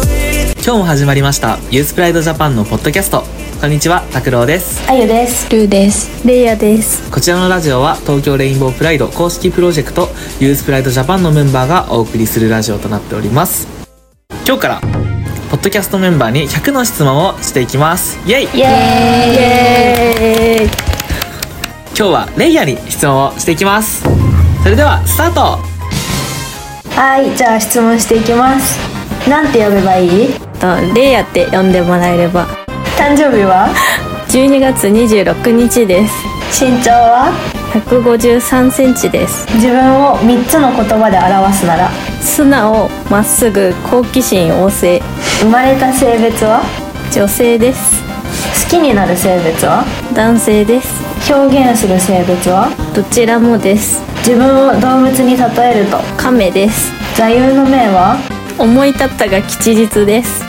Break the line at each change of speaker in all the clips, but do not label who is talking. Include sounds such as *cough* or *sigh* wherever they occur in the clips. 今日も始まりましたユースプライドジャパンのポッドキャストこんにちは拓郎です
あゆです
ルーです
レイヤです
こちらのラジオは東京レインボープライド公式プロジェクトユースプライドジャパンのメンバーがお送りするラジオとなっております今日からポッドキャストメンバーに100の質問をしていきますイエイ
イエーイ
今日はレイヤーに質問をしていきますそれではスタート
はいじゃあ質問していきますなんて呼べばいい
とレイヤって呼んでもらえれば
誕生日は
12月26日です
身長は
153センチです
自分を3つの言葉で表すなら
素直まっすぐ好奇心旺盛
生まれた性別は
女性です
好きになる性別は
男性です
表現する性別は
どちらもです
自分を動物に例えると
亀です
座右の銘は
思い立ったが吉日です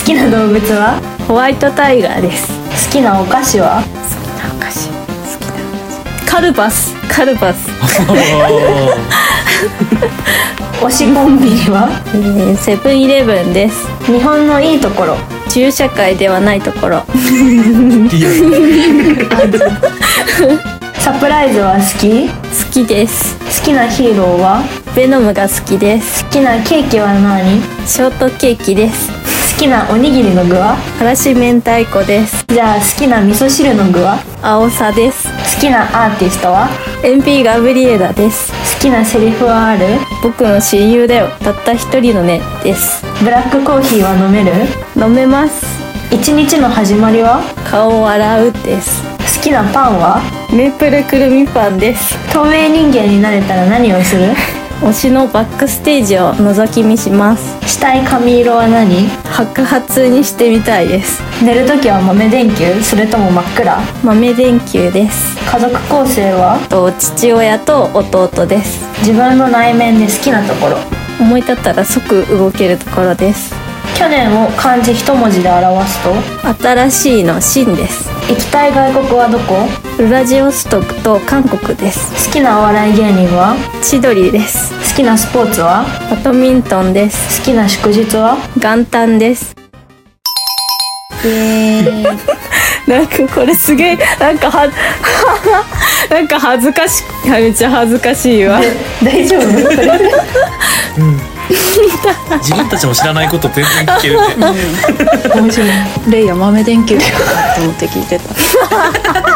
好きな動物は
ホワイトタイガーです
好きなお菓子は
お菓子好きなカルバスカルバス、
推しコンビニは
えーセブンイレブンです
日本のいいところ
銃社会ではないところ
*laughs*
サプライズは好き
好きです
好きなヒーローは
ベノムが好きです
好きなケーキは何好
ショートケーキです
きなおにぎりの具は
からし明太子です
じゃあ好きな味噌汁の具は
青さです
好きなアーティストは
MP ガブリエラです
好きなセリフはある
僕の親友だよたった一人のねです
ブラックコーヒーは飲める
飲めます
一日の始まりは
顔を洗うです
好きなパンは
メープルくるみパンです
透明人間になれたら何をする
推しのバックステージを覗き見します
したい髪色は何
白髪にしてみたいです
寝るときは豆電球それとも真っ暗
豆電球です
家族構成は
と父親と弟です
自分の内面で好きなところ
思い立ったら即動けるところです
去年を漢字一文字で表すと
新しいの真です
行きたい外国はどこ
ウラジオストクと韓国です
好きなお笑い芸人は
千鳥です
好きなスポーツは
バドミントンです
好きな祝日は
元旦ですなんかこれすげえなんかは *laughs* なんか恥ずかしいめっちゃ恥ずかしいわ
大 *laughs* 丈夫
自分たちも知らないこと全然聞ける *laughs* ね
面白い
レイヤ豆電球かなと思って聞
*laughs*
いてた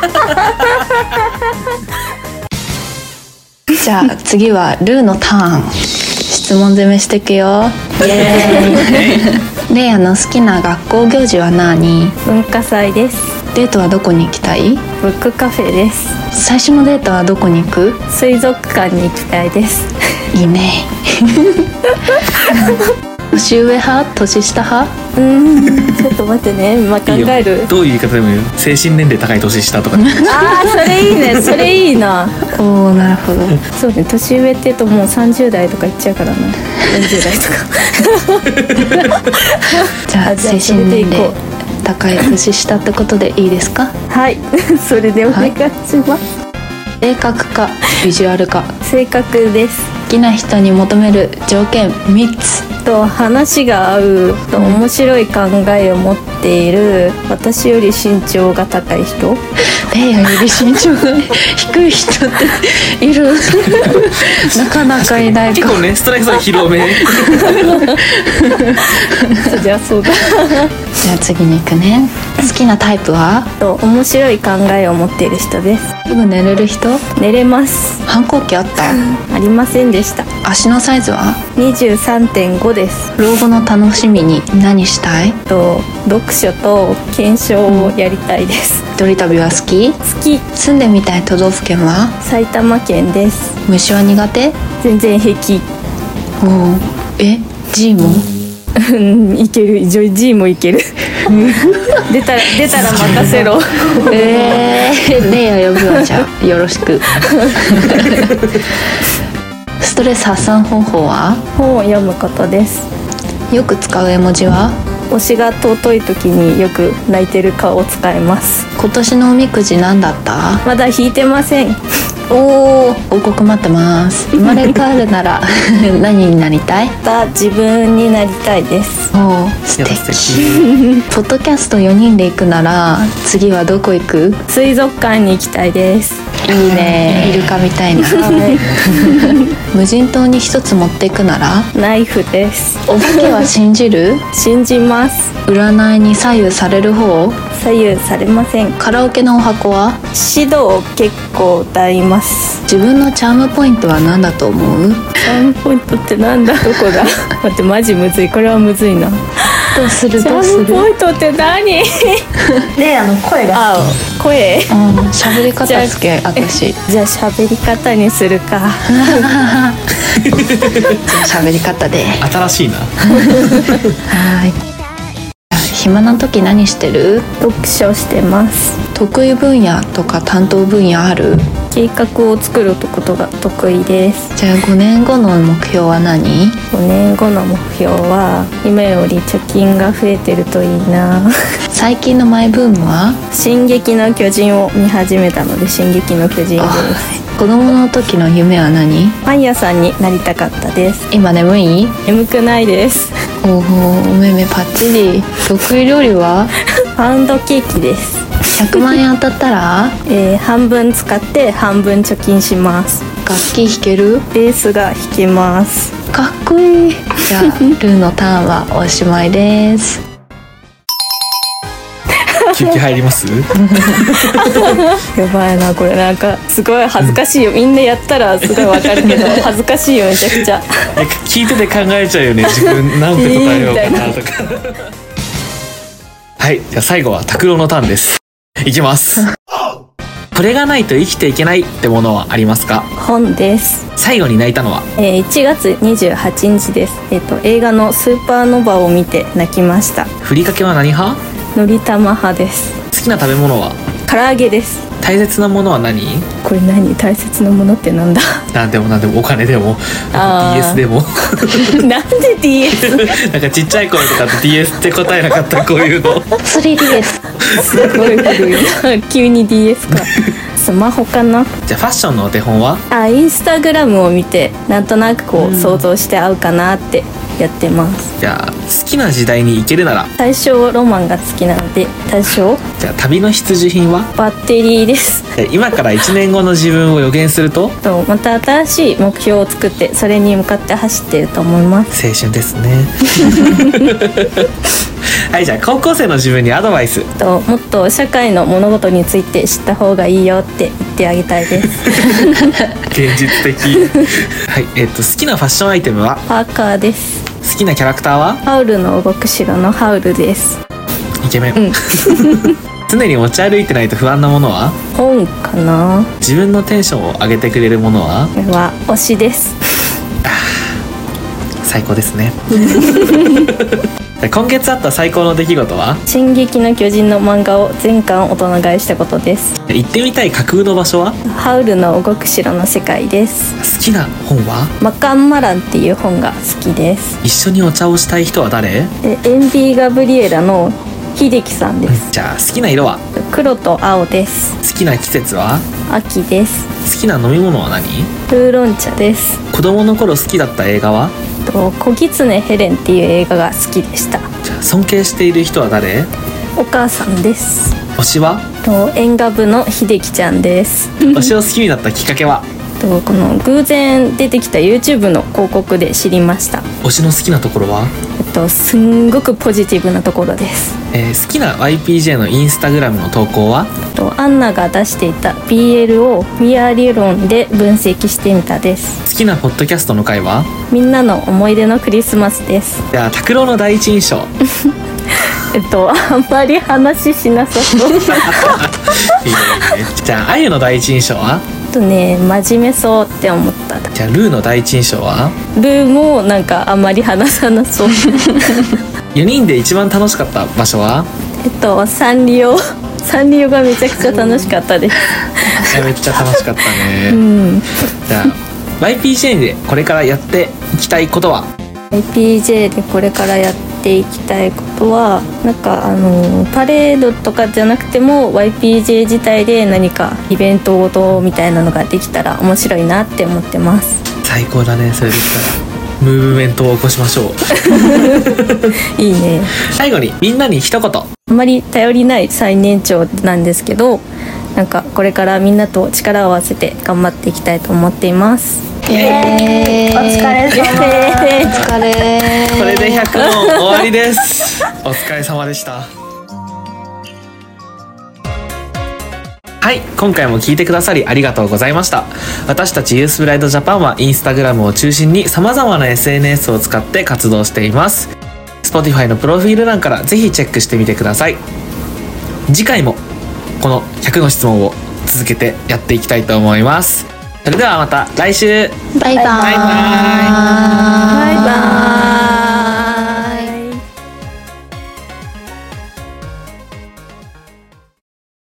じゃあ次はルーのターン質問攻めしてくよレイヤの好きな学校行事は何
文化祭です
デートはどこに行きたい
ブックカフェです
最初のデートはどこに行く
水族館に行きたいです
い
*laughs*
いね年上派年下派
うーんちょっと待ってね今考
いいよ
える
どういう言い方でもいいよ精神年齢高い年下と *laughs* か
あーそれい
*laughs*
いねそれいいな
おおなるほど
そうね年上って言うともう30代とかいっちゃうからな40代とか
*laughs*
じゃ
あ
あ
じゃあ
精神年
それでい
齢
こ
高い年下ってことでいいですか
はい *laughs* それでお願いします、
性格かビジュアルか
性格です
好きな人に求める条件3つ
と話が合うと面白い考えを持っている私より身長が高い人
レイヤより身長が低い人っている *laughs* なかなかいない
結
か
構ねストライクさん広め
そりゃそうだ
*laughs* じゃあ次に行くね好きなタイプは
と面白い考えを持っている人です
すぐ寝れる人
寝れます
反抗期あった
ありませんでした
足のサイズは
23.5です
老後の楽しみに何したい
と読書と検証をやりたいです、
一人旅は好き
好き
住んでみたい都道府県は
埼玉県です
虫は苦手
全然平気 *laughs*
おおえ G も
うんいけるジョイ G もいける出たら出たら任せろ
え *laughs* ー、レイヤ呼ぶわじゃあよろし *laughs* くストレス発散方法は
本を読むことです
よく使う絵文字は
推しが尊い時によく泣いてる顔を使います
今年のおみくじ何だった
まだ引いてません
おお
報告待ってます生まれ変わるなら *laughs* 何になりたい
た自分になりたいです
おー素
いや
敵
素
ポッドキャスト4人で行くなら次はどこ行く
水族館に行きたいです
いいねイルカみたいな *laughs* 無人島に一つ持っていくなら
ナイフです
お化けは信じる
信じます
占いに左右される方
左右されません
カラオケのお箱は
指導結構歌います
自分のチャームポイントは何だと思う
タイムポイントってなんだどこだ待ってマジむずいこれはむずいな
どうする
チャ
どうす
ーム
る
ポイントって何
レイラの声が
あ声
うん喋り方好き私
じゃあ喋り方にするか
喋り方で
敵新しいな
はい暇な時何してる
読書してます
得意分野とか担当分野ある
計画を作ることが得意です
じゃあ5年後の目標は何
5年後の目標は今より貯金が増えてるといい *laughs* な
最近のマイブームは
進撃の巨人を見始めたので進撃の巨人です
子供の時の夢は何
パン屋さんになりたかったです
今眠い
眠くないです
おおめめパッチリ得意料理は
*laughs* パウンドケーキです、
100万円当たったら
えー半分使って半分貯金します
楽器弾ける
ベースが弾けます
かっこいいじゃあルーのターンはおしまいです
休憩入ります
やばいなこれなんかすごい恥ずかしいよみんなやったらすごいわかる *laughs* けど恥ずかしいよめちゃくちゃ
なんか聞いてて考えちゃうよね自分なんて答えようかなとかはいじゃあ最後は拓郎のターンですいきますこれがないと生きていけないってものはありますか
本です、
最後に泣いたのは
えー1月28日ですえっ、と映画のスーパーノヴァを見て泣きました
ふりかけは何派好
のりたま派です
きな食べ物は
唐揚げです
大切なものは何
これ何大切なものってなんだ *laughs*
なんでもなんでもお金でも
あー
DS でも *laughs*
なんで DS
なんかちっちゃい頃とかって DS って答えなかったこういうの
3D です
すごい古い急に DS かスマホかな
じゃあファッションのお手本は
あインスタグラムを見てなんとなくこう想像して合うかなってやってます
じゃあ好きな時代に行けるなら
最初ロマンが好きなので最初
じゃあ旅の必需品は
バッテリーです
じゃあ今から1年後の自分を予言すると
とまた新しい目標を作ってそれに向かって走ってると思います
青春ですね *laughs* はいじゃあ高校生の自分にアドバイス
ともっと社会の物事について知った方がいいよって言ってあげたいです
現実 *laughs* 的はいえっと好きなファッションアイテムは
パーカーです
好きなキャラクターは
ハウルの動く城のハウルです
イケメン、 *laughs* 常に持ち歩いてないと不安なものは
本かな
自分のテンションを上げてくれるものは
これは推しです
最高です *laughs* ねで今月あった最高の出来事は
「進撃の巨人」の漫画を全巻大人買いしたことです
行ってみたい架空の場所は
ハウルの動く城の世界です
好きな本は
マカンマランっていう本が好きです
一緒にお茶をしたい人は誰
でエンビー・ガブリエラの秀樹さんです
じゃあ好きな色は
黒と青です
好きな季節は
秋です
好きな飲み物は何
ウーロン茶です
子供の頃好きだった映画は
と小狐ヘレンっていう映画が好きでした
じゃあ尊敬している人は誰
お母さんです
推しは
と演歌部の秀樹ちゃんです
推しを好きになったきっかけは
とこの偶然出てきた YouTube の広告で知りました
推しの好きなところは、
えっとすんごくポジティブなところです
えー好きな YPJ のインスタグラムの投稿は
とアンナが出していた BL を VR 理論で分析してみたです
好きなポッドキャストの回は
みんなの思い出のクリスマスです
じゃあ拓郎の第一印象
えっとあんまり話しなさそう
いい
*laughs* え
ねいいねじゃああゆの第一印象は
っとね真面目そうって思った
じゃあルーの第一印象は
ルーもなんかあんまり話さなそう
4人で一番楽しかった場所は
えっとサンリオ *laughs* サンリオがめちゃくちゃ楽しかった
*laughs*
です
いやめっちゃ楽しかったね、
うん
じゃあ YPJ でこれからやっていきたいことは
PJ でこれからやっていきたいことはなんかあのパレードとかじゃなくても YPJ 自体で何かイベントごとみたいなのができたら面白いなって思ってます
最高だねそれできたらムーブメントを起こしましょう
いいね
最後にみんなに一言
あまり頼りない最年長なんですけどなんかこれからみんなと力を合わせて頑張っていきたいと思っています
イエーイお疲れ様
お疲れ
これで100問終わりですお疲れ様でしたはい今回も聞いてくださりありがとうございました私たちユースブライドジャパンはインスタグラムを中心に様々な SNS を使って活動しています Spotify のプロフィール欄からぜひチェックしてみてください次回もこの100の質問を続けてやっていきたいと思いますそれではまた来週
バ
バ
イバ
イバイ
イ
バイバイ